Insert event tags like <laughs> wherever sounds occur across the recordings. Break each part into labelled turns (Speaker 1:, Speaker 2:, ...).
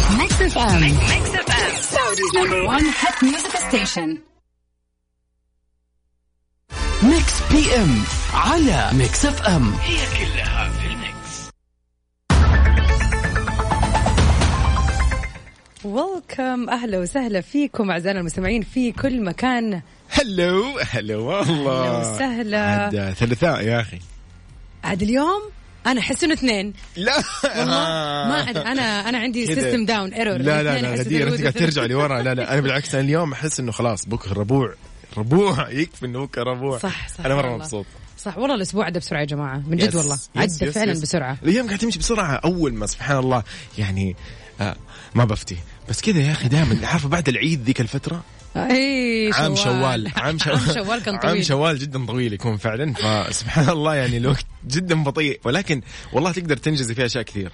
Speaker 1: اف ام
Speaker 2: ميكس اف ام
Speaker 1: Saudi's number one hit music station.
Speaker 3: ميكس بي ام على ميكس اف ام
Speaker 4: ويلكم اهلا وسهلا فيكم اعزائنا المستمعين في كل مكان
Speaker 5: هلو هلا والله
Speaker 4: أهلا وسهلا.
Speaker 5: آه. عاد ثلاثاء يا اخي
Speaker 4: عاد اليوم انا احس انه اثنين
Speaker 5: لا
Speaker 4: والله ما أدري، انا انا عندي
Speaker 5: كده.
Speaker 4: سيستم داون ايرور
Speaker 5: آه. لا لا لا غدير انت قاعد ترجع لورا لا لا انا بالعكس انا اليوم احس انه خلاص بكره ربوع ربوع يكفي انه بكره ربوع
Speaker 4: صح صح
Speaker 5: انا مره
Speaker 4: والله.
Speaker 5: مبسوط
Speaker 4: صح والله الاسبوع عدى بسرعه يا جماعه من جد
Speaker 5: يس،
Speaker 4: والله
Speaker 5: يس،
Speaker 4: عدى
Speaker 5: يس،
Speaker 4: فعلا
Speaker 5: يس.
Speaker 4: بسرعه
Speaker 5: الايام قاعد تمشي بسرعه اول ما سبحان الله يعني آه ما بفتي بس كذا يا اخي دائما عارفه بعد العيد ذيك الفتره
Speaker 4: اي
Speaker 5: عام
Speaker 4: <laughs>
Speaker 5: شوال عام شوال
Speaker 4: عام شوال
Speaker 5: <laughs>
Speaker 4: كان
Speaker 5: عام
Speaker 4: طويل
Speaker 5: شوال جدا طويل يكون فعلا فسبحان الله يعني الوقت جدا بطيء ولكن والله تقدر تنجزي فيه اشياء كثير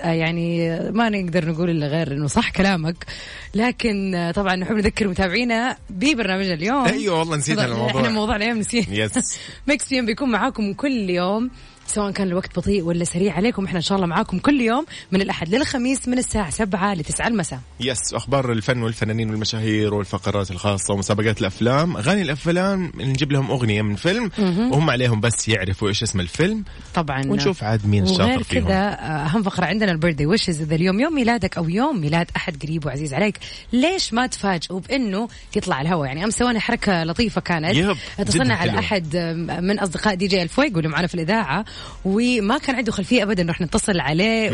Speaker 4: آه، يعني ما نقدر نقول الا غير انه صح كلامك لكن آه، طبعا نحب نذكر متابعينا ببرنامجنا اليوم
Speaker 5: ايوه والله نسيت
Speaker 4: طبعاً
Speaker 5: الموضوع.
Speaker 4: احنا موضوعنا اليوم نسينا <laughs>
Speaker 5: يس
Speaker 4: ميكس بي ام بيكون معاكم كل يوم سواء كان الوقت بطيء ولا سريع عليكم احنا ان شاء الله معاكم كل يوم من الاحد للخميس من الساعه 7 ل 9 المساء
Speaker 5: يس اخبار الفن والفنانين والمشاهير والفقرات الخاصه ومسابقات الافلام اغاني الافلام نجيب لهم اغنيه من فيلم وهم عليهم بس يعرفوا ايش اسم الفيلم
Speaker 4: طبعا
Speaker 5: ونشوف عاد مين الشاطر
Speaker 4: وغير
Speaker 5: فيهم
Speaker 4: كذا آه، اهم فقره عندنا البيرثدي ويشز اذا اليوم يوم ميلادك او يوم ميلاد احد قريب وعزيز عليك ليش ما تفاجئوا بانه يطلع الهواء يعني امس سوينا حركه لطيفه كانت
Speaker 5: يب،
Speaker 4: اتصلنا
Speaker 5: جداً
Speaker 4: على
Speaker 5: حلوة.
Speaker 4: احد آه، من اصدقاء دي جي الفويق اللي معنا في الاذاعه وما كان عنده خلفيه ابدا راح نتصل عليه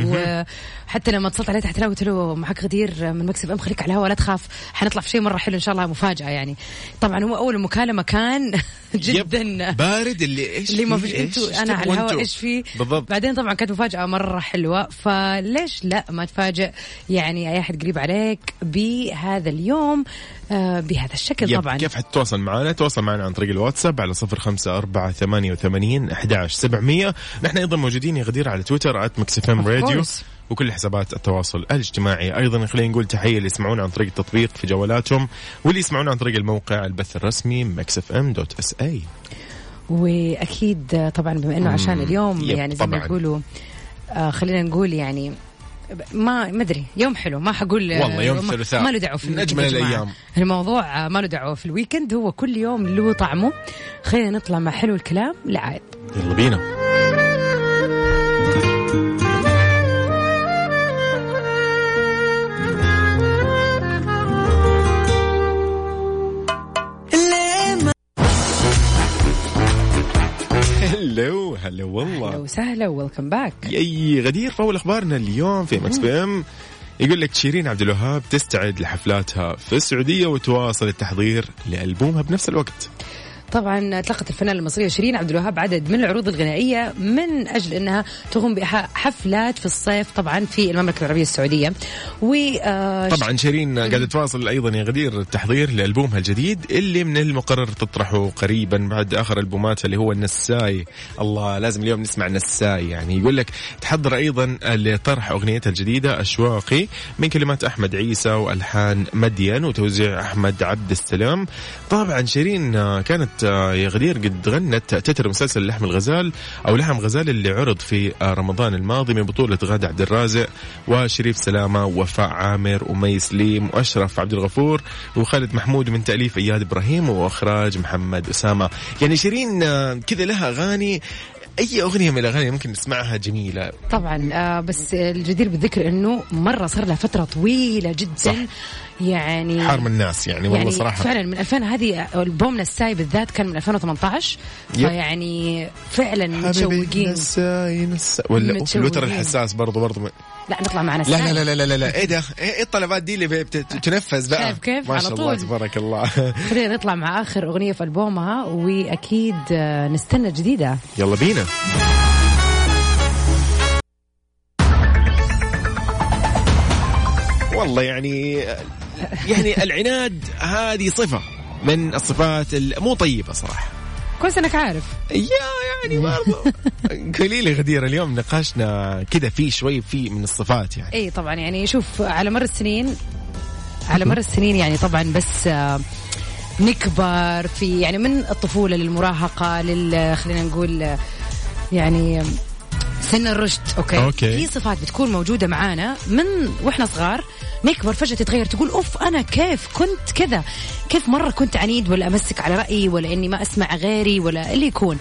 Speaker 4: وحتى لما اتصلت عليه تحت الهواء قلت له معك غدير من مكسب ام خليك على الهواء لا تخاف حنطلع في شيء مره حلو ان شاء الله مفاجاه يعني طبعا هو اول مكالمه كان <laughs> جدا
Speaker 5: يب، بارد اللي ايش
Speaker 4: اللي ما
Speaker 5: فيه؟
Speaker 4: فيش
Speaker 5: إيش-
Speaker 4: انتوا
Speaker 5: إيش
Speaker 4: انا على
Speaker 5: تبغوا
Speaker 4: الهواء
Speaker 5: أنتوا؟
Speaker 4: ايش في
Speaker 5: بالضبط
Speaker 4: بعدين طبعا كانت مفاجاه مره حلوه فليش لا ما تفاجئ يعني اي احد قريب عليك بهذا اليوم آه بهذا الشكل
Speaker 5: يب،
Speaker 4: طبعا
Speaker 5: كيف حتتواصل معنا تواصل معنا عن طريق الواتساب على صفر خمسة أربعة ثمانية وثمانين أحداش سبعمية نحن أيضا موجودين يا غدير على تويتر آت مكسفم
Speaker 4: Of
Speaker 5: راديو
Speaker 4: course.
Speaker 5: وكل حسابات التواصل الاجتماعي أيضا خلينا نقول تحية اللي يسمعونا عن طريق التطبيق في جوالاتهم واللي يسمعونا عن طريق الموقع البث الرسمي مكسف ام دوت اس اي
Speaker 4: واكيد آه، طبعا بما انه عشان اليوم
Speaker 5: يب،
Speaker 4: يعني زي ما
Speaker 5: طبعاً.
Speaker 4: يقولوا آه خلينا نقول يعني ما ما ادري يوم حلو ما حقول آه،
Speaker 5: والله يوم
Speaker 4: ما-
Speaker 5: الثلاثاء.
Speaker 4: ما له دعوه في
Speaker 5: من
Speaker 4: الويكند
Speaker 5: أجمل
Speaker 4: يا جماعة.
Speaker 5: الأيام.
Speaker 4: الموضوع آه، ما له دعوه في الويكند هو كل يوم له طعمه خلينا نطلع مع حلو الكلام لعاد
Speaker 5: يلا بينا هلو هلا والله
Speaker 4: اهلا وسهلا ويلكم باك
Speaker 5: اي غدير فاول اخبارنا اليوم في مكس بي ام يقول لك شيرين عبد الوهاب تستعد لحفلاتها في السعوديه وتواصل التحضير لالبومها بنفس الوقت
Speaker 4: طبعا اطلقت الفنانه المصريه شيرين عبد الوهاب عدد من العروض الغنائيه من اجل انها تقوم بحفلات في الصيف طبعا في المملكه العربيه السعوديه و آه،
Speaker 5: طبعا شيرين قاعده تواصل ايضا يا غدير التحضير لالبومها الجديد اللي من المقرر تطرحه قريبا بعد اخر البوماتها اللي هو النساي الله لازم اليوم نسمع النساي يعني يقول لك تحضر ايضا لطرح اغنيتها الجديده اشواقي من كلمات احمد عيسى والحان مدين وتوزيع احمد عبد السلام طبعا شيرين آه، كانت آه، يا غدير قد غنت تتر مسلسل لحم الغزال او لحم غزال اللي عرض في آه، رمضان الماضي من بطوله غاده عبد الرازق وشريف سلامه ووفاء عامر ومي سليم واشرف عبد الغفور وخالد محمود من تاليف اياد ابراهيم واخراج محمد اسامه يعني شيرين آه، كذا لها اغاني اي اغنيه من الاغاني ممكن نسمعها جميله
Speaker 4: طبعا آه، بس الجدير بالذكر انه مره صار لها فتره طويله جدا صح. يعني
Speaker 5: حارم الناس يعني والله
Speaker 4: يعني
Speaker 5: صراحه
Speaker 4: فعلا من 2000 هذه البومنا الساي بالذات كان من 2018
Speaker 5: يب.
Speaker 4: فيعني فعلا
Speaker 5: حبيبي
Speaker 4: متشوقين
Speaker 5: نساي نساي ولا أوف، الوتر
Speaker 4: متشوقين.
Speaker 5: الحساس برضو برضو
Speaker 4: لا نطلع معنا
Speaker 5: لا لا لا لا لا لا ايه ده ايه إيه الطلبات دي اللي بت- تنفذ بقى
Speaker 4: شايف كيف؟
Speaker 5: ما
Speaker 4: على
Speaker 5: شاء
Speaker 4: طول.
Speaker 5: الله تبارك الله <laughs>
Speaker 4: خلينا نطلع مع اخر اغنيه في البومها واكيد آه، نستنى جديده
Speaker 5: يلا بينا والله يعني يعني العناد هذه صفة من الصفات ال- مو طيبة صراحة
Speaker 4: كويس انك عارف
Speaker 5: يا يعني
Speaker 4: <laughs>
Speaker 5: برضه قولي لي غدير اليوم نقاشنا كذا في شوي في من الصفات يعني
Speaker 4: اي طبعا يعني شوف على مر السنين على مر السنين يعني طبعا بس آه، نكبر في يعني من الطفوله للمراهقه لل خلينا نقول آه، يعني سن الرشد اوكي
Speaker 5: أوكي.
Speaker 4: في صفات بتكون موجوده معانا من واحنا صغار ما يكبر فجاه تتغير تقول اوف انا كيف كنت كذا كيف مره كنت عنيد ولا امسك على رايي ولا اني ما اسمع غيري ولا اللي يكون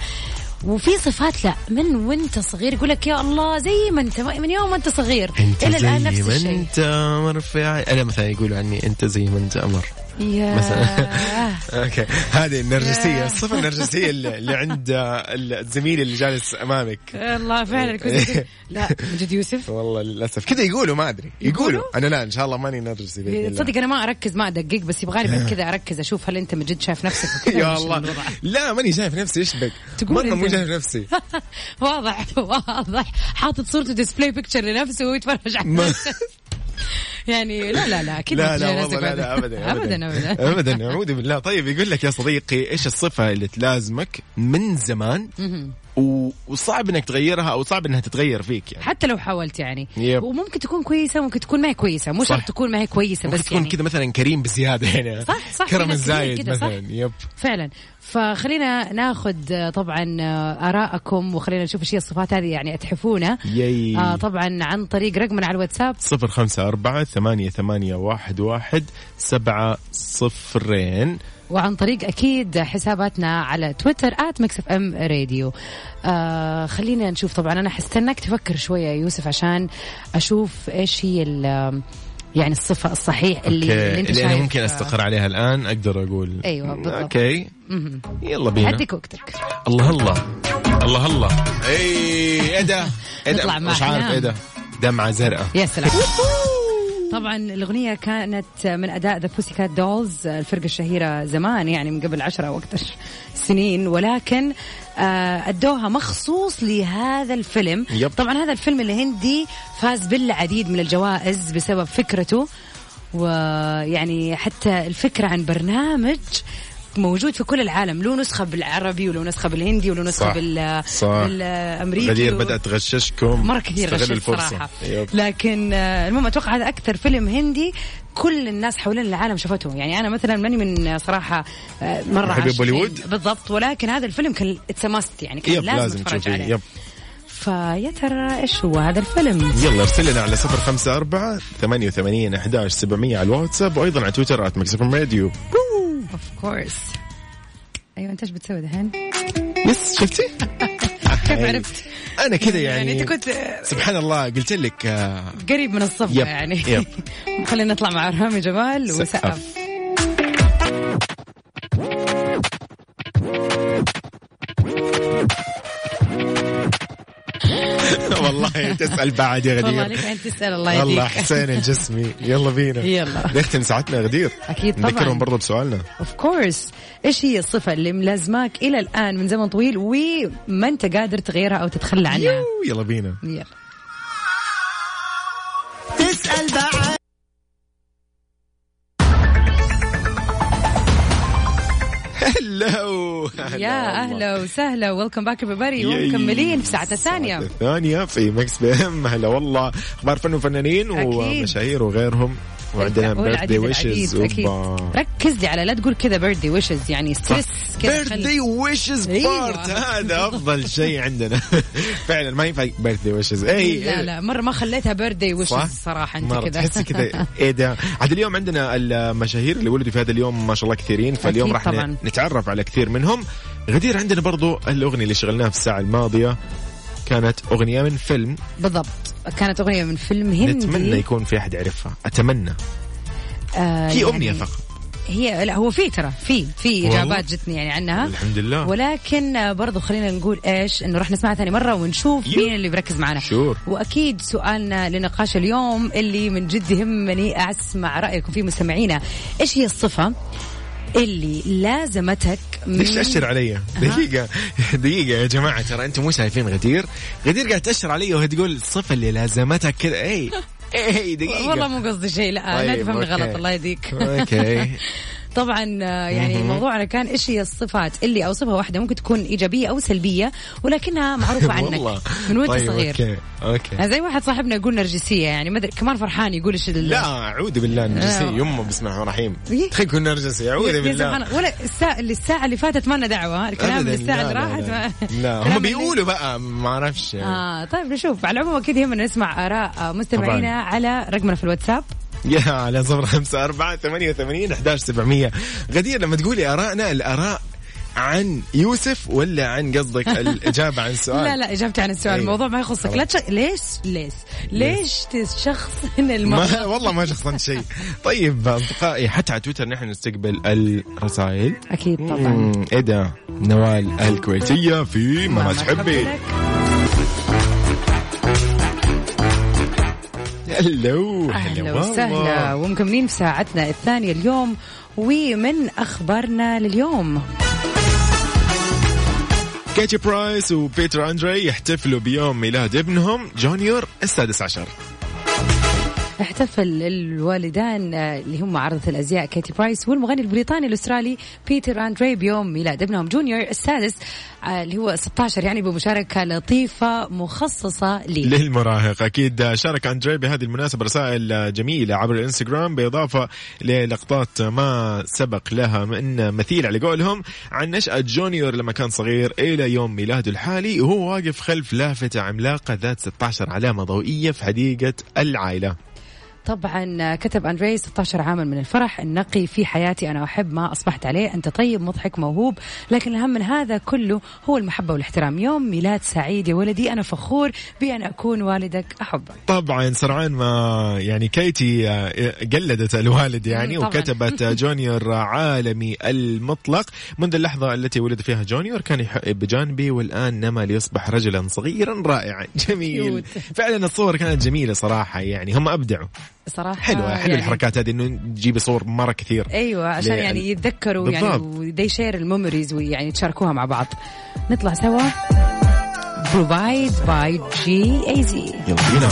Speaker 4: وفي صفات لا من وانت صغير يقول لك يا الله زي ما انت من يوم ما انت صغير
Speaker 5: انت
Speaker 4: الى الان
Speaker 5: زي
Speaker 4: نفس
Speaker 5: ما
Speaker 4: الشيء
Speaker 5: انت امر في عي- انا مثلا يقولوا عني انت زي ما انت امر
Speaker 4: يا
Speaker 5: مثلا اوكي هذه النرجسيه الصفه النرجسيه اللي اللي عند آه، الزميل اللي جالس امامك
Speaker 4: <laughs> الله فعلا
Speaker 5: إيه.
Speaker 4: كنت لا من جد يوسف
Speaker 5: والله للاسف كذا يقولوا ما ادري يقولوا انا لا ان شاء الله ماني نرجسي بإذن الله.
Speaker 4: تصدق انا ما اركز ما ادقق بس يبغالي بعد كذا اركز اشوف هل انت من جد شايف نفسك وكذا
Speaker 5: يا
Speaker 4: ولا شو
Speaker 5: الله
Speaker 4: الوضع؟ <laughs>
Speaker 5: لا ماني شايف نفسي ايش بك
Speaker 4: تقول
Speaker 5: مره مو
Speaker 4: أنت.
Speaker 5: شايف نفسي
Speaker 4: واضح واضح حاطط صورته ديسبلاي بيكتشر لنفسه ويتفرج على
Speaker 5: ما-
Speaker 4: نفسه. <laughs> يعني لا لا لا اكيد ما
Speaker 5: لا لا
Speaker 4: تجي
Speaker 5: والله
Speaker 4: نفسك
Speaker 5: لا
Speaker 4: بعد.
Speaker 5: لا ابدا
Speaker 4: ابدا ابدا
Speaker 5: <laughs> ابدا اعوذ بالله طيب يقول لك يا صديقي ايش الصفه اللي تلازمك من زمان و- وصعب انك تغيرها او صعب انها تتغير فيك يعني
Speaker 4: حتى لو حاولت يعني
Speaker 5: يب.
Speaker 4: وممكن تكون كويسه وممكن تكون ما هي كويسه مو
Speaker 5: صح.
Speaker 4: شرط تكون ما هي كويسه
Speaker 5: ممكن
Speaker 4: بس
Speaker 5: تكون
Speaker 4: يعني
Speaker 5: كذا مثلا كريم بزياده يعني
Speaker 4: صح، صح،
Speaker 5: كرم
Speaker 4: كذا
Speaker 5: الزايد
Speaker 4: كذا، صح.
Speaker 5: مثلا يب
Speaker 4: فعلا فخلينا ناخذ آه، طبعا آه، آراءكم وخلينا نشوف ايش هي الصفات هذه يعني اتحفونا
Speaker 5: ياي.
Speaker 4: آه طبعا عن طريق رقمنا على الواتساب
Speaker 5: صفر خمسة أربعة ثمانية ثمانية واحد واحد سبعة صفرين
Speaker 4: وعن طريق اكيد حساباتنا على تويتر ات ميكس اف ام راديو آه خلينا نشوف طبعا انا حستناك تفكر شويه يا يوسف عشان اشوف ايش هي ال- يعني الصفه الصحيح اللي,
Speaker 5: أوكي.
Speaker 4: اللي انت
Speaker 5: اللي أنا
Speaker 4: شايف
Speaker 5: ممكن أستقر عليها الآن أقدر أقول
Speaker 4: أيوة، بالضبط.
Speaker 5: أوكي يلا بينا
Speaker 4: هديك آه، وقتك
Speaker 5: الله الله الله الله اي ايه ده ايه
Speaker 4: نطلع نعم. مع
Speaker 5: ده مش عارف
Speaker 4: حنان.
Speaker 5: ايه ده دمعة زرقاء
Speaker 4: يا سلام طبعا الأغنية كانت من أداء ذا بوسيكات دولز الفرقة الشهيرة زمان يعني من قبل عشرة أو أكثر سنين ولكن آه، أدوها مخصوص لهذا الفيلم
Speaker 5: يب.
Speaker 4: طبعا هذا الفيلم الهندي فاز بالعديد من الجوائز بسبب فكرته ويعني حتى الفكرة عن برنامج موجود في كل العالم له نسخة بالعربي وله نسخة بالهندي وله نسخة
Speaker 5: صح.
Speaker 4: بال...
Speaker 5: صح.
Speaker 4: بالأمريكي
Speaker 5: غدير
Speaker 4: و-
Speaker 5: بدأت تغششكم
Speaker 4: مره كثير
Speaker 5: استغلوا
Speaker 4: غشيت صراحه
Speaker 5: يب.
Speaker 4: لكن آه، المهم اتوقع هذا اكثر فيلم هندي كل الناس حوالين العالم شافته يعني انا مثلا ماني من آه، صراحه آه، مره
Speaker 5: محبي
Speaker 4: عاشقين.
Speaker 5: بوليوود؟
Speaker 4: بالضبط ولكن هذا الفيلم كان اتس ماست يعني كان
Speaker 5: يب
Speaker 4: لازم,
Speaker 5: لازم
Speaker 4: اتفرج
Speaker 5: تشوفيه
Speaker 4: عليه
Speaker 5: يب
Speaker 4: فيا ترى ايش هو هذا الفيلم
Speaker 5: يلا ارسل لنا على 054 88 11 700 على الواتساب وايضا على تويتر ات راديو
Speaker 4: اوف كورس ايوه انت ايش بتسوي دحين؟
Speaker 5: يس شفتي؟
Speaker 4: كيف عرفت؟
Speaker 5: انا كذا يعني
Speaker 4: يعني انت كنت آه،
Speaker 5: سبحان الله قلت لك آه،
Speaker 4: قريب من الصفقه
Speaker 5: يب،
Speaker 4: يعني
Speaker 5: يب.
Speaker 4: <laughs> خلينا نطلع مع رامي جمال
Speaker 5: سقف.
Speaker 4: وسقف
Speaker 5: <laughs> والله تسال بعد يا
Speaker 4: والله
Speaker 5: غدير
Speaker 4: عليك انت تسال الله
Speaker 5: والله
Speaker 4: يهديك
Speaker 5: حسين الجسمي يلا بينا
Speaker 4: يلا.
Speaker 5: نختم ساعتنا يا غدير
Speaker 4: أكيد طبعاً.
Speaker 5: نذكرهم برضه بسؤالنا
Speaker 4: اوف كورس ايش هي الصفه اللي ملازماك الى الان من زمن طويل وما انت قادر تغيرها او تتخلى عنها
Speaker 5: يو، يلا بينا <laughs>
Speaker 4: يلا
Speaker 5: هلو
Speaker 4: يا اهلا وسهلا ويلكم باك everybody ومكملين في ساعتنا الثانيه
Speaker 5: ثانية في مكس بي ام هلا والله اخبار فن وفنانين
Speaker 4: أكيد.
Speaker 5: ومشاهير وغيرهم وعندنا بيرثدي
Speaker 4: والعديد
Speaker 5: ويشز
Speaker 4: العديد، أكيد. ركز لي على لا تقول كذا بيرثدي ويشز يعني ستريس كذا خلي-
Speaker 5: بيرثدي ويشز
Speaker 4: أيوة.
Speaker 5: بارت هذا افضل شيء عندنا <laughs> فعلا ما ينفع بيرثدي ويشز اي
Speaker 4: لا لا مره ما خليتها بيرثدي
Speaker 5: إيه، صح؟
Speaker 4: ويشز صراحه انت
Speaker 5: مرة
Speaker 4: كذا
Speaker 5: تحسي كذا ايه ده عاد اليوم عندنا المشاهير اللي ولدوا في هذا اليوم ما شاء الله كثيرين فاليوم
Speaker 4: أكيد
Speaker 5: راح ن-
Speaker 4: طبعاً.
Speaker 5: نتعرف على كثير منهم غدير عندنا برضو الاغنيه اللي شغلناها في الساعه الماضيه كانت اغنيه من فيلم
Speaker 4: <laughs> بالضبط كانت اغنيه من فيلم هندي
Speaker 5: نتمنى يكون في احد يعرفها اتمنى
Speaker 4: آه
Speaker 5: هي
Speaker 4: يعني
Speaker 5: امنيه فقط
Speaker 4: هي لا هو في ترى في في
Speaker 5: والله.
Speaker 4: اجابات جتني يعني عنها
Speaker 5: الحمد لله
Speaker 4: ولكن برضو خلينا نقول ايش انه راح نسمعها ثاني مره ونشوف
Speaker 5: يو.
Speaker 4: مين اللي بركز معنا
Speaker 5: شور.
Speaker 4: واكيد سؤالنا لنقاش اليوم اللي من جد يهمني اسمع رايكم فيه مستمعينا ايش هي الصفه اللي لازمتك من
Speaker 5: ليش تأشر علي؟ دقيقة دقيقة يا جماعة ترى أنتم مو شايفين غدير، غدير قاعد تأشر علي وهي تقول الصفة اللي لازمتك كذا إي إي دقيقة
Speaker 4: والله مو قصدي شيء لا لا
Speaker 5: طيب،
Speaker 4: تفهمني
Speaker 5: أوكي.
Speaker 4: غلط الله يهديك <laughs>
Speaker 5: أوكي
Speaker 4: طبعا آه، يعني موضوعنا كان ايش هي الصفات اللي او صفه واحده ممكن تكون ايجابيه او سلبيه ولكنها
Speaker 5: <laughs>
Speaker 4: معروفه عنك
Speaker 5: والله.
Speaker 4: من وانت
Speaker 5: طيب،
Speaker 4: صغير يعني
Speaker 5: أوكي أوكي
Speaker 4: زي واحد صاحبنا يقول نرجسيه يعني ما ادري كمان فرحان يقول ايش ال-
Speaker 5: لا اعوذ بالله نرجسي
Speaker 4: لا.
Speaker 5: يما بسم الله الرحمن
Speaker 4: آه. إيه؟
Speaker 5: الرحيم تخيل يكون نرجسي اعوذ
Speaker 4: يا سبحان
Speaker 5: بالله
Speaker 4: الله. ولا الساعة اللي الساعة اللي فاتت ما لنا دعوة ها؟ الكلام
Speaker 5: أبداً،
Speaker 4: اللي الساعة اللي
Speaker 5: لا، لا،
Speaker 4: راحت ما-
Speaker 5: لا. لا
Speaker 4: كلام آه.
Speaker 5: هم
Speaker 4: اللي-
Speaker 5: بيقولوا بقى ما اعرفش
Speaker 4: اه طيب نشوف على العموم اكيد يهمنا نسمع اراء مستمعينا
Speaker 5: طبعاً.
Speaker 4: على رقمنا في الواتساب
Speaker 5: يا على صفر خمسة أربعة ثمانية وثمانين أحداش سبعمية غدير لما تقولي آرائنا الآراء عن يوسف ولا عن
Speaker 4: <laughs>
Speaker 5: قصدك الإجابة عن سؤال
Speaker 4: لا لا اجابتي عن السؤال
Speaker 5: أيوة.
Speaker 4: الموضوع ما يخصك لا تش... ليش ليش ليش تشخصن الموضوع
Speaker 5: ما <laughs> والله ما شخصنت شيء طيب أصدقائي حتى على تويتر نحن نستقبل الرسائل
Speaker 4: اكيد طبعا
Speaker 5: مم، ايه ده نوال الكويتية في ما تحبي
Speaker 4: لك.
Speaker 5: هلو
Speaker 4: اهلا وسهلا ومكملين في ساعتنا الثانيه اليوم ومن اخبارنا لليوم
Speaker 5: كاتي برايس وبيتر اندري يحتفلوا بيوم ميلاد ابنهم جونيور السادس عشر
Speaker 4: احتفل الوالدان آه، اللي هم عرضة الازياء كيتي برايس والمغني البريطاني الاسترالي بيتر اندري بيوم ميلاد ابنهم جونيور السادس آه، اللي هو 16 يعني بمشاركه لطيفه مخصصه لي
Speaker 5: للمراهق اكيد شارك اندري بهذه المناسبه رسائل جميله عبر الانستغرام باضافه للقطات ما سبق لها من مثيل على قولهم عن نشاه جونيور لما كان صغير الى يوم ميلاده الحالي وهو واقف خلف لافته عملاقه ذات 16 علامه ضوئيه في حديقه العائله
Speaker 4: طبعا آه، كتب اندري 16 عاما من الفرح النقي في حياتي انا احب ما اصبحت عليه انت طيب مضحك موهوب لكن الاهم من هذا كله هو المحبه والاحترام يوم ميلاد سعيد يا ولدي انا فخور بان اكون والدك احبك
Speaker 5: طبعا سرعان ما يعني كيتي آه، قلدت الوالد يعني
Speaker 4: طبعاً. <laughs>
Speaker 5: وكتبت جونيور عالمي المطلق منذ اللحظة التي ولد فيها جونيور كان يحب بجانبي والآن نما ليصبح رجلا صغيرا رائعا <laughs> جميل
Speaker 4: كيوت.
Speaker 5: فعلا الصور كانت جميلة صراحة يعني هم أبدعوا
Speaker 4: صراحه
Speaker 5: حلوة حلوة
Speaker 4: يعني
Speaker 5: الحركات هذه إنه تجيبي صور مرة كثير
Speaker 4: ايوه عشان
Speaker 5: لأن-
Speaker 4: يعني يتذكروا
Speaker 5: بالضبط.
Speaker 4: يعني they share الميموريز ويعني يتشاركوها مع بعض نطلع سوا Provide by GAZ
Speaker 5: يلا بينا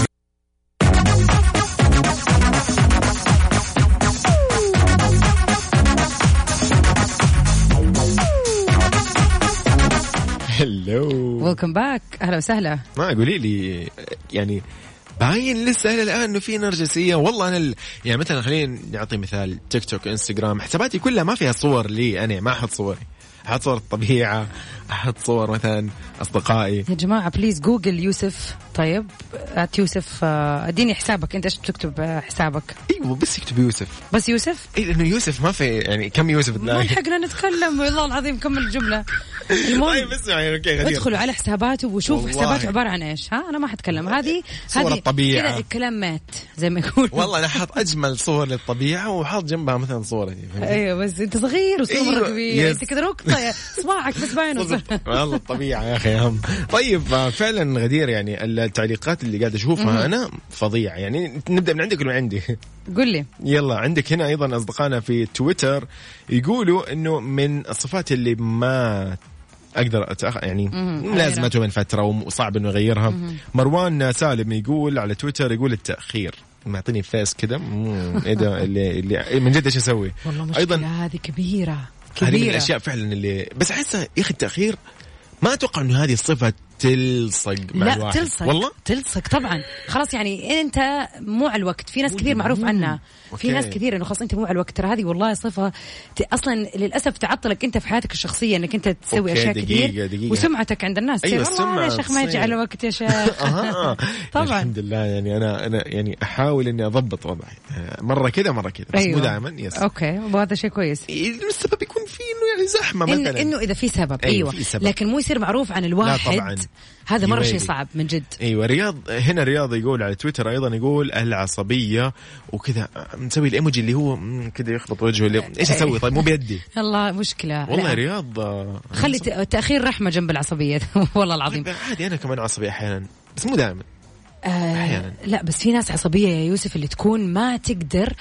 Speaker 5: هلو
Speaker 4: Welcome back اهلا وسهلا
Speaker 5: ما قولي لي يعني باين لسه الى الان انه في نرجسيه والله انا ال... يعني مثلا خلينا نعطي مثال تيك توك انستغرام حساباتي كلها ما فيها صور لي انا ما احط صوري احط صور الطبيعه احط صور مثلا اصدقائي
Speaker 4: يا جماعة بليز جوجل يوسف طيب هات يوسف آه، اديني حسابك انت ايش بتكتب آه، حسابك
Speaker 5: ايوه بس يكتب يوسف
Speaker 4: بس يوسف
Speaker 5: اي لانه يوسف ما في يعني كم يوسف
Speaker 4: ما
Speaker 5: تلاقي
Speaker 4: لحقنا نتكلم والله العظيم كمل الجملة المهم
Speaker 5: طيب اسمع يعني اوكي غدير
Speaker 4: ادخلوا على حساباته وشوفوا
Speaker 5: والله.
Speaker 4: حساباته عبارة عن ايش ها انا ما حتكلم هذه
Speaker 5: صور
Speaker 4: هذه
Speaker 5: الطبيعة.
Speaker 4: كذا الكلام مات زي ما يقول
Speaker 5: والله انا حاط اجمل صور للطبيعه وحاط جنبها مثلا صورتي فهمت؟
Speaker 4: ايوه بس انت صغير وصوره
Speaker 5: أيوة،
Speaker 4: أيوة كبير
Speaker 5: يس.
Speaker 4: انت كذا نقطه يا- صباعك بس باين
Speaker 5: صدق. والله الطبيعه يا اخي هم طيب آه، فعلا غدير يعني التعليقات اللي قاعد اشوفها انا فظيعه يعني نبدا من عندك ولا من عندي
Speaker 4: قول لي
Speaker 5: يلا عندك هنا ايضا اصدقائنا في تويتر يقولوا انه من الصفات اللي ما اقدر أتأخ... يعني ملازمته من فتره وم- وصعب انه يغيرها مروان سالم يقول على تويتر يقول التاخير معطيني فيس كده مم، ايه
Speaker 4: <laughs>
Speaker 5: ده اللي, اللي من جد ايش اسوي؟
Speaker 4: والله مشكله
Speaker 5: ايضا
Speaker 4: هذه كبيره
Speaker 5: هذه من
Speaker 4: كبيره
Speaker 5: الاشياء فعلا اللي بس احسها يا اخي التاخير ما اتوقع انه هذه الصفه تلصق مع
Speaker 4: لا
Speaker 5: الواحد
Speaker 4: تلصق
Speaker 5: والله
Speaker 4: تلصق طبعا خلاص يعني انت مو على الوقت في ناس كثير معروف عنها
Speaker 5: أوكي.
Speaker 4: في ناس كثير انه خلاص انت مو على الوقت ترى هذه والله صفه ت... اصلا للاسف تعطلك انت في حياتك الشخصيه انك انت تسوي
Speaker 5: أوكي،
Speaker 4: اشياء
Speaker 5: دقيقة-
Speaker 4: كثير
Speaker 5: دقيقة.
Speaker 4: وسمعتك عند الناس
Speaker 5: أيوة،
Speaker 4: تصير، والله
Speaker 5: السمعة
Speaker 4: هذا الشيخ ما يجي
Speaker 5: تصير.
Speaker 4: على وقت
Speaker 5: <laughs>
Speaker 4: يا شيخ <laughs>
Speaker 5: اها
Speaker 4: طبعا
Speaker 5: الحمد لله يعني انا انا يعني احاول اني اضبط وضعي مره كذا مره كذا بس مو
Speaker 4: أيوة.
Speaker 5: دائما يس إيه،
Speaker 4: اوكي وهذا شيء كويس
Speaker 5: السبب يكون في انه يعني زحمه
Speaker 4: إن
Speaker 5: مثلا
Speaker 4: انه اذا في سبب
Speaker 5: أيوة،
Speaker 4: ايوه
Speaker 5: في سبب.
Speaker 4: لكن مو يصير معروف عن الواحد
Speaker 5: طبعاً.
Speaker 4: هذا مره شيء
Speaker 5: يويلي.
Speaker 4: صعب من جد
Speaker 5: ايوه رياض هنا رياض يقول على تويتر ايضا يقول العصبيه وكذا آه، مسوي الايموجي اللي هو مم، كذا يخبط وجهه اللي ايش اسوي طيب مو بيدي
Speaker 4: الله مشكله
Speaker 5: والله
Speaker 4: لا.
Speaker 5: رياض آه،
Speaker 4: خلي ت- تاخير رحمه جنب العصبيه <laughs> والله العظيم
Speaker 5: عادي انا كمان عصبي احيانا بس مو دائما أحياناً.
Speaker 4: آه لا بس في ناس عصبيه يا يوسف اللي تكون ما تقدر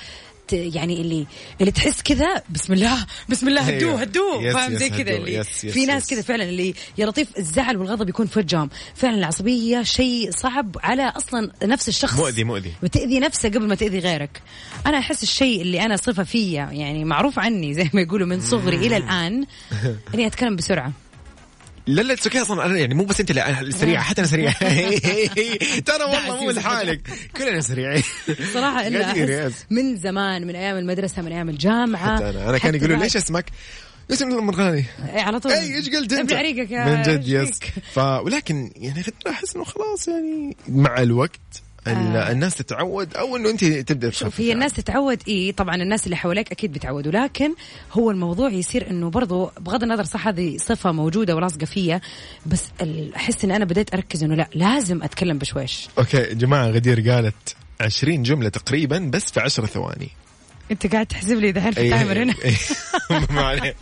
Speaker 4: ت- يعني اللي اللي تحس كذا بسم الله بسم الله هدوه
Speaker 5: أيوه.
Speaker 4: هدوه
Speaker 5: يس،
Speaker 4: فاهم
Speaker 5: يس،
Speaker 4: زي كذا
Speaker 5: هدوه.
Speaker 4: اللي
Speaker 5: يس، يس،
Speaker 4: في ناس
Speaker 5: يس.
Speaker 4: كذا فعلا اللي يا لطيف الزعل والغضب يكون في وجههم فعلا العصبيه شيء صعب على اصلا نفس الشخص
Speaker 5: مؤذي- مؤذي.
Speaker 4: بتاذي نفسه قبل ما تاذي غيرك انا احس الشيء اللي انا صفه فيا يعني معروف عني زي ما يقولوا من صغري الى
Speaker 5: <laughs>
Speaker 4: الان اني اتكلم بسرعه
Speaker 5: لا لا اتس اوكي اصلا انا يعني مو بس انت لا
Speaker 4: <laughs>
Speaker 5: أنا سريعه حتى انا سريعه ترى والله مو لحالك كلنا سريعين
Speaker 4: صراحه الا
Speaker 5: كثير،
Speaker 4: احس
Speaker 5: يس.
Speaker 4: من زمان من ايام المدرسه من ايام الجامعه
Speaker 5: حتى انا انا كان
Speaker 4: آه، حتى
Speaker 5: يقولوا
Speaker 4: بعد-
Speaker 5: ليش اسمك؟ اسم المرغاني
Speaker 4: إيه على طول
Speaker 5: اي ايش قلت انت؟
Speaker 4: ابلع ريقك يا
Speaker 5: من جد
Speaker 4: إيش
Speaker 5: يس
Speaker 4: فيك؟
Speaker 5: ف ولكن يعني احس انه خلاص يعني مع الوقت آه. الناس تتعود او انه انت تبدا
Speaker 4: شوف هي الناس تتعود اي طبعا الناس اللي حواليك اكيد بتعودوا لكن هو الموضوع يصير انه برضو بغض النظر صح هذه صفه موجوده ولاصقه فيا بس ال- احس ان انا بديت اركز انه لا لازم اتكلم بشويش
Speaker 5: اوكي يا جماعه غدير قالت 20 جمله تقريبا بس في 10 ثواني
Speaker 4: انت قاعد تحسب لي دحين في
Speaker 5: أي-
Speaker 4: تايمر
Speaker 5: <laughs>
Speaker 4: هنا
Speaker 5: أي- إيه، ما عليه.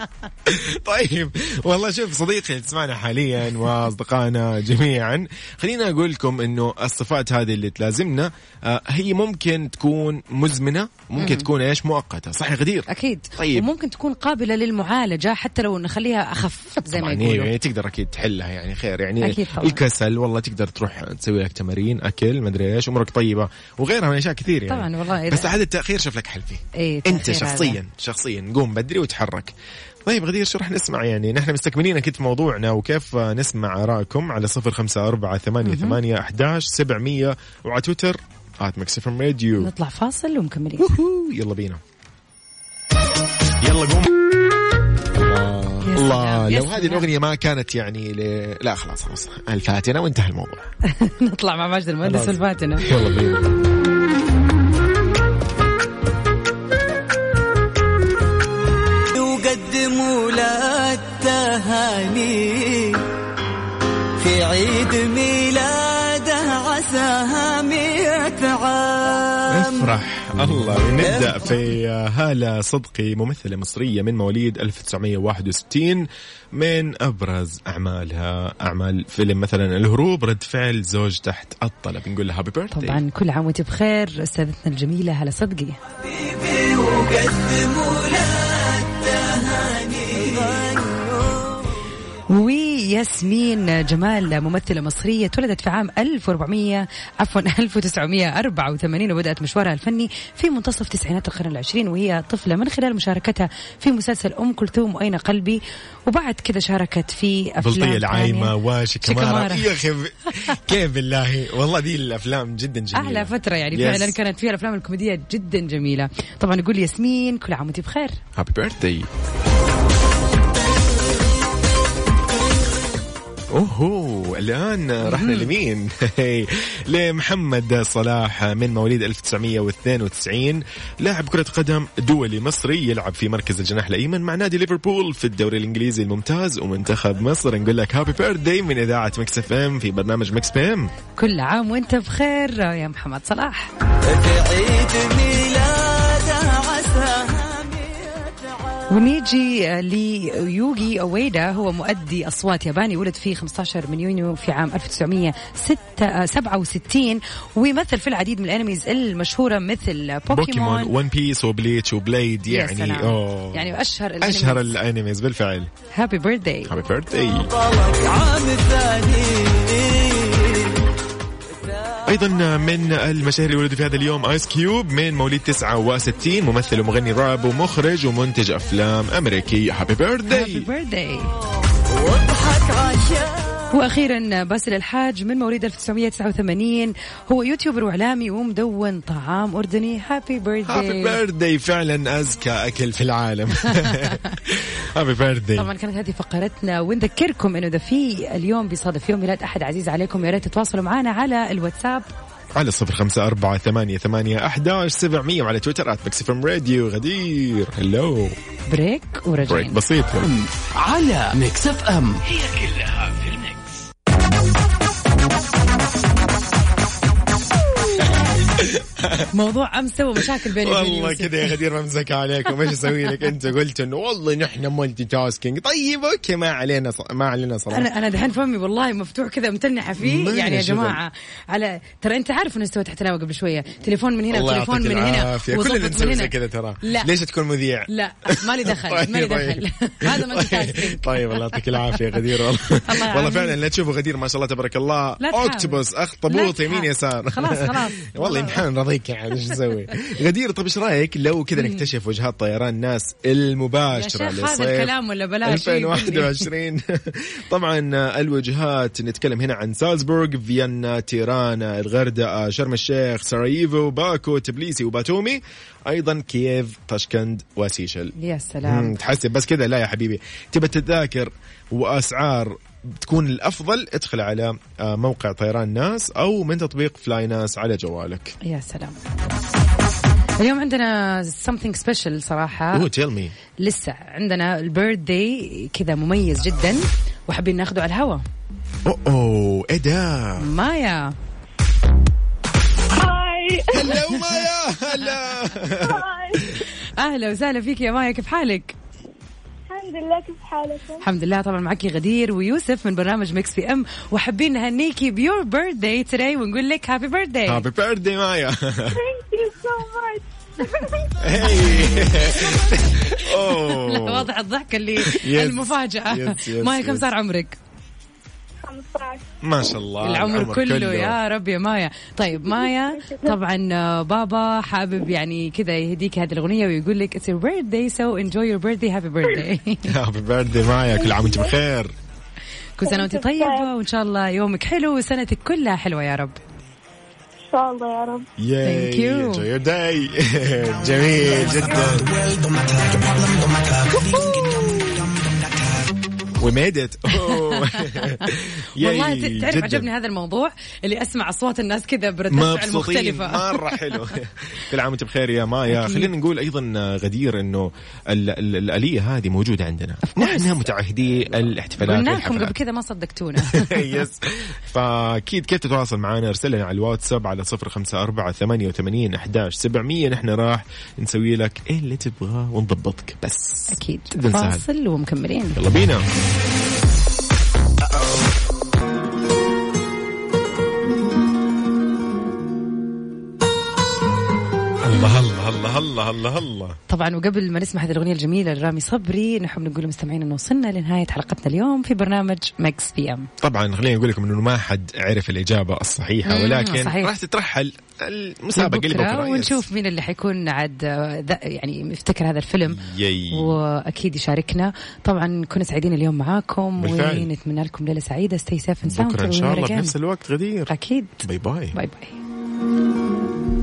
Speaker 5: طيب والله شوف صديقي اللي تسمعنا حاليا واصدقائنا جميعا خلينا اقول لكم انه الصفات هذه اللي تلازمنا آه، هي ممكن تكون مزمنه ممكن تكون ايش مؤقته صح يا غدير
Speaker 4: اكيد
Speaker 5: طيب.
Speaker 4: وممكن تكون قابله للمعالجه حتى لو نخليها اخف زي ما
Speaker 5: طبعاً
Speaker 4: يقولوا
Speaker 5: يعني تقدر اكيد تحلها يعني خير يعني
Speaker 4: أكيد طبعاً.
Speaker 5: الكسل والله تقدر تروح تسوي لك تمارين اكل مدري ايش امورك طيبه وغيرها من اشياء كثير يعني
Speaker 4: طبعاً والله إذا-
Speaker 5: بس عاد التاخير شوف لك حل فيه
Speaker 4: إيه،
Speaker 5: انت
Speaker 4: تأخير
Speaker 5: شخصيا
Speaker 4: هذا.
Speaker 5: شخصيا قوم بدري وتحرك طيب غدير شو راح نسمع يعني نحن مستكملين اكيد موضوعنا وكيف آه، نسمع ارائكم على صفر خمسة أربعة ثمانية ثمانية أحداش سبعمية وعلى تويتر آت مكسفم راديو
Speaker 4: نطلع فاصل ومكملين
Speaker 5: يلا بينا يلا قوم
Speaker 4: يا
Speaker 5: الله, الله.
Speaker 4: سلام، يا
Speaker 5: لو هذه
Speaker 4: سلام.
Speaker 5: الاغنيه ما كانت يعني ل... لا خلاص خلاص الفاتنه وانتهى الموضوع
Speaker 4: <laughs> نطلع مع ماجد المهندس
Speaker 5: خلاص.
Speaker 4: والفاتنه
Speaker 5: يلا بينا
Speaker 2: وقدموا له التهاني في عيد ميلاده عساها مئة عام
Speaker 5: افرح الله نبدا في هاله صدقي ممثله مصريه من مواليد 1961 من ابرز اعمالها اعمال فيلم مثلا الهروب رد فعل زوج تحت الطلب نقول لها هابي بيرثدي
Speaker 4: طبعا كل عام وانت بخير استاذتنا الجميله هلا صدقي
Speaker 2: وقدموا له
Speaker 4: وياسمين جمال ممثلة مصرية تولدت في عام 1400 <laughs> عفوا 1984 وبدأت مشوارها الفني في منتصف تسعينات القرن العشرين وهي طفلة من خلال مشاركتها في مسلسل أم كلثوم وأين قلبي وبعد كذا شاركت في أفلام
Speaker 5: بلطية العايمة
Speaker 4: ثانية.
Speaker 5: وشكمارة
Speaker 4: شكمارة.
Speaker 5: يا أخي كيف بالله والله دي الأفلام جدا جميلة
Speaker 4: أحلى فترة يعني
Speaker 5: Yes.
Speaker 4: فعلا كانت فيها الأفلام الكوميدية جدا جميلة طبعا نقول ياسمين كل عام وأنت بخير
Speaker 5: هابي بيرثدي اوه الان رحنا لمين؟ <laughs> لمحمد صلاح من مواليد 1992 لاعب كرة قدم دولي مصري يلعب في مركز الجناح الايمن مع نادي ليفربول في الدوري الانجليزي الممتاز ومنتخب مصر نقول لك هابي بيرثدي من اذاعة مكس اف ام في برنامج مكس بي ام
Speaker 4: كل عام وأنت بخير يا محمد صلاح
Speaker 2: في عيد ميلاده عساها
Speaker 4: ونيجي ليوغي اويدا هو مؤدي اصوات ياباني ولد في 15 من يونيو في عام 1967 ويمثل في العديد من الانميز المشهوره مثل
Speaker 5: بوكيمون
Speaker 4: بوكيمون
Speaker 5: ون بيس وبليتش وبليد
Speaker 4: يا
Speaker 5: يعني
Speaker 4: سلام.
Speaker 5: أوه.
Speaker 4: يعني اشهر
Speaker 5: اشهر الانميز بالفعل
Speaker 4: هابي بيرثداي
Speaker 5: هابي بيرثدي
Speaker 2: ميطلق عام ثاني
Speaker 5: ايضا من المشاهير اللي ولدوا في هذا اليوم ايس كيوب من مواليد 69 ممثل ومغني راب ومخرج ومنتج افلام امريكي هابي
Speaker 4: هابي
Speaker 5: بيرثدي
Speaker 4: بيرثداي
Speaker 2: واضحك عشاق
Speaker 4: واخيرا باسل الحاج من مواليد 1989 هو يوتيوبر واعلامي ومدون طعام اردني هابي
Speaker 5: هابي
Speaker 4: بيرثداي
Speaker 5: بيرثدي فعلا ازكى اكل في العالم <laughs> هابي بيرثدي
Speaker 4: طبعا كانت هذه فقرتنا ونذكركم انه اذا في اليوم بيصادف يوم ميلاد احد عزيز عليكم يا ريت تتواصلوا معنا على الواتساب
Speaker 5: على صفر خمسة أربعة ثمانية ثمانية أحداش سبعمية وعلى تويتر آت مكسفم راديو غدير هلو
Speaker 4: بريك
Speaker 5: بريك
Speaker 4: وراجعين
Speaker 5: بسيط
Speaker 3: على ميكس اف ام
Speaker 4: موضوع امس سوى مشاكل بيني وبين
Speaker 5: والله
Speaker 4: يوسف.
Speaker 5: كذا يا غدير ممسك عليكم ايش اسوي لك انت قلت انه والله نحن مولتي تاسكينج طيب اوكي ما علينا ص... ما علينا صراحه
Speaker 4: انا انا دحين فمي والله مفتوح كذا متنحه فيه
Speaker 5: ما
Speaker 4: يعني يا
Speaker 5: شغل.
Speaker 4: جماعه على ترى انت عارف انه سويت تحت الهواء قبل شويه تليفون من هنا
Speaker 5: الله
Speaker 4: وتليفون
Speaker 5: يعطيك
Speaker 4: من هنا
Speaker 5: العافية. كل
Speaker 4: وظبط
Speaker 5: اللي
Speaker 4: من
Speaker 5: نسوي
Speaker 4: هنا.
Speaker 5: زي كذا ترى
Speaker 4: لا
Speaker 5: ليش تكون مذيع
Speaker 4: لا مالي
Speaker 5: <laughs>
Speaker 4: دخل مالي دخل <laughs> هذا مالي دخل
Speaker 5: طيب الله يعطيك العافيه
Speaker 4: <laughs>
Speaker 5: غدير والله
Speaker 4: الله
Speaker 5: والله
Speaker 4: يعافيك.
Speaker 5: فعلا لا تشوفوا غدير ما شاء الله تبارك الله
Speaker 4: لا تحاول.
Speaker 5: اوكتوبوس
Speaker 4: لا
Speaker 5: اخطبوط
Speaker 4: تحاول.
Speaker 5: يمين يسار
Speaker 4: خلاص، خلاص.
Speaker 5: <laughs> والله يمحن رضيك يعني ايش نسوي
Speaker 4: <laughs>
Speaker 5: غدير طب ايش رايك لو كذا نكتشف وجهات طيران الناس
Speaker 4: يا
Speaker 5: المباشره
Speaker 4: شيخ
Speaker 5: للصيف
Speaker 4: هذا الكلام ولا بلاش إيه، قولي.
Speaker 5: <laughs> 2021 طبعا الوجهات نتكلم هنا عن سالزبورغ فيينا تيرانا الغردقه شرم الشيخ سراييفو باكو تبليسي وباتومي ايضا كييف طشكند وسيشل
Speaker 4: يا
Speaker 5: مم،
Speaker 4: سلام
Speaker 5: تحسب بس كذا لا يا حبيبي تبى تذاكر واسعار بتكون الافضل ادخل على آه، موقع طيران ناس او من تطبيق فلاي ناس على جوالك
Speaker 4: يا سلام اليوم عندنا something special صراحة
Speaker 5: اوه تيل مي
Speaker 4: لسه عندنا البيرث داي كذا مميز جدا وحابين ناخده على الهوا
Speaker 5: اوه اوه ايه ده
Speaker 4: مايا
Speaker 6: هاي
Speaker 5: هلا مايا هلا
Speaker 4: اهلا وسهلا فيك يا مايا كيف حالك؟
Speaker 6: الحمد لله كيف حالكم؟
Speaker 4: الحمد لله طبعا معك غدير ويوسف من برنامج ميكس بي ام وحابين نهنيكي بيور بيرث داي توداي ونقول لك هابي بيرث داي
Speaker 5: هابي بيرثدي مايا <laughs>
Speaker 6: ثانك يو سو ماتش
Speaker 5: هي
Speaker 4: <laughs>
Speaker 5: اوه
Speaker 4: واضح الضحكة
Speaker 5: <laughs>
Speaker 4: اللي
Speaker 5: يس.
Speaker 4: المفاجأة
Speaker 5: يس، يس،
Speaker 4: <laughs> مايا كم
Speaker 5: يس.
Speaker 4: صار عمرك؟
Speaker 6: 15
Speaker 5: ما شاء الله
Speaker 4: العمر كله, يا رب يا مايا طيب مايا طبعا آه، بابا حابب يعني كذا يهديك هذه الأغنية ويقول لك it's your birthday so enjoy your birthday happy birthday <laughs>
Speaker 5: هابي بيرثدي مايا كل عام وانت بخير
Speaker 4: كل سنة وانت طيبة وإن شاء الله يومك حلو وسنتك كلها حلوة يا رب
Speaker 6: ان شاء الله يا رب
Speaker 5: ياي
Speaker 4: Thank you.
Speaker 5: enjoy your day <laughs> جميل جدا We made it أوه. <laughs>
Speaker 4: والله
Speaker 5: ياي،
Speaker 4: ت- تعرف
Speaker 5: جداً.
Speaker 4: عجبني هذا الموضوع اللي اسمع اصوات الناس كذا بردات فعل
Speaker 5: مبسوطين
Speaker 4: مختلفه <laughs>
Speaker 5: مره حلو كل عام وانت بخير يا مايا خلينا نقول ايضا غدير انه ال- ال- الاليه هذه موجوده عندنا نحن متعهدي الاحتفالات
Speaker 4: قلنا لكم قبل
Speaker 5: والحفلات
Speaker 4: كذا ما
Speaker 5: <laughs>
Speaker 4: صدقتونا
Speaker 5: يس فاكيد كيف تتواصل معنا ارسل لنا على الواتساب على 054 88 11 700 نحن راح نسوي لك ايه اللي تبغاه ونضبطك بس
Speaker 4: اكيد
Speaker 5: جدا سهل.
Speaker 4: فاصل ومكملين
Speaker 5: يلا بينا الله الله الله الله الله الله
Speaker 4: طبعا وقبل ما نسمع هذه الاغنيه الجميله لرامي صبري نحب نقول لمستمعينا انه وصلنا لنهايه حلقتنا اليوم في برنامج مكس بي ام
Speaker 5: طبعا خليني اقول لكم انه ما حد عرف الاجابه الصحيحه
Speaker 4: مم،
Speaker 5: ولكن
Speaker 4: صحيح.
Speaker 5: راح تترحل المسابقه اللي بكره يس.
Speaker 4: ونشوف مين اللي حيكون عاد آه، ذا- يعني يفتكر هذا الفيلم
Speaker 5: ياي.
Speaker 4: واكيد يشاركنا طبعا كنا سعيدين اليوم معاكم
Speaker 5: بالفعل.
Speaker 4: ونتمنى لكم ليله سعيده ستي سيف
Speaker 5: بكره ان شاء الله بنفس الوقت غدير
Speaker 4: اكيد
Speaker 5: باي باي
Speaker 4: باي باي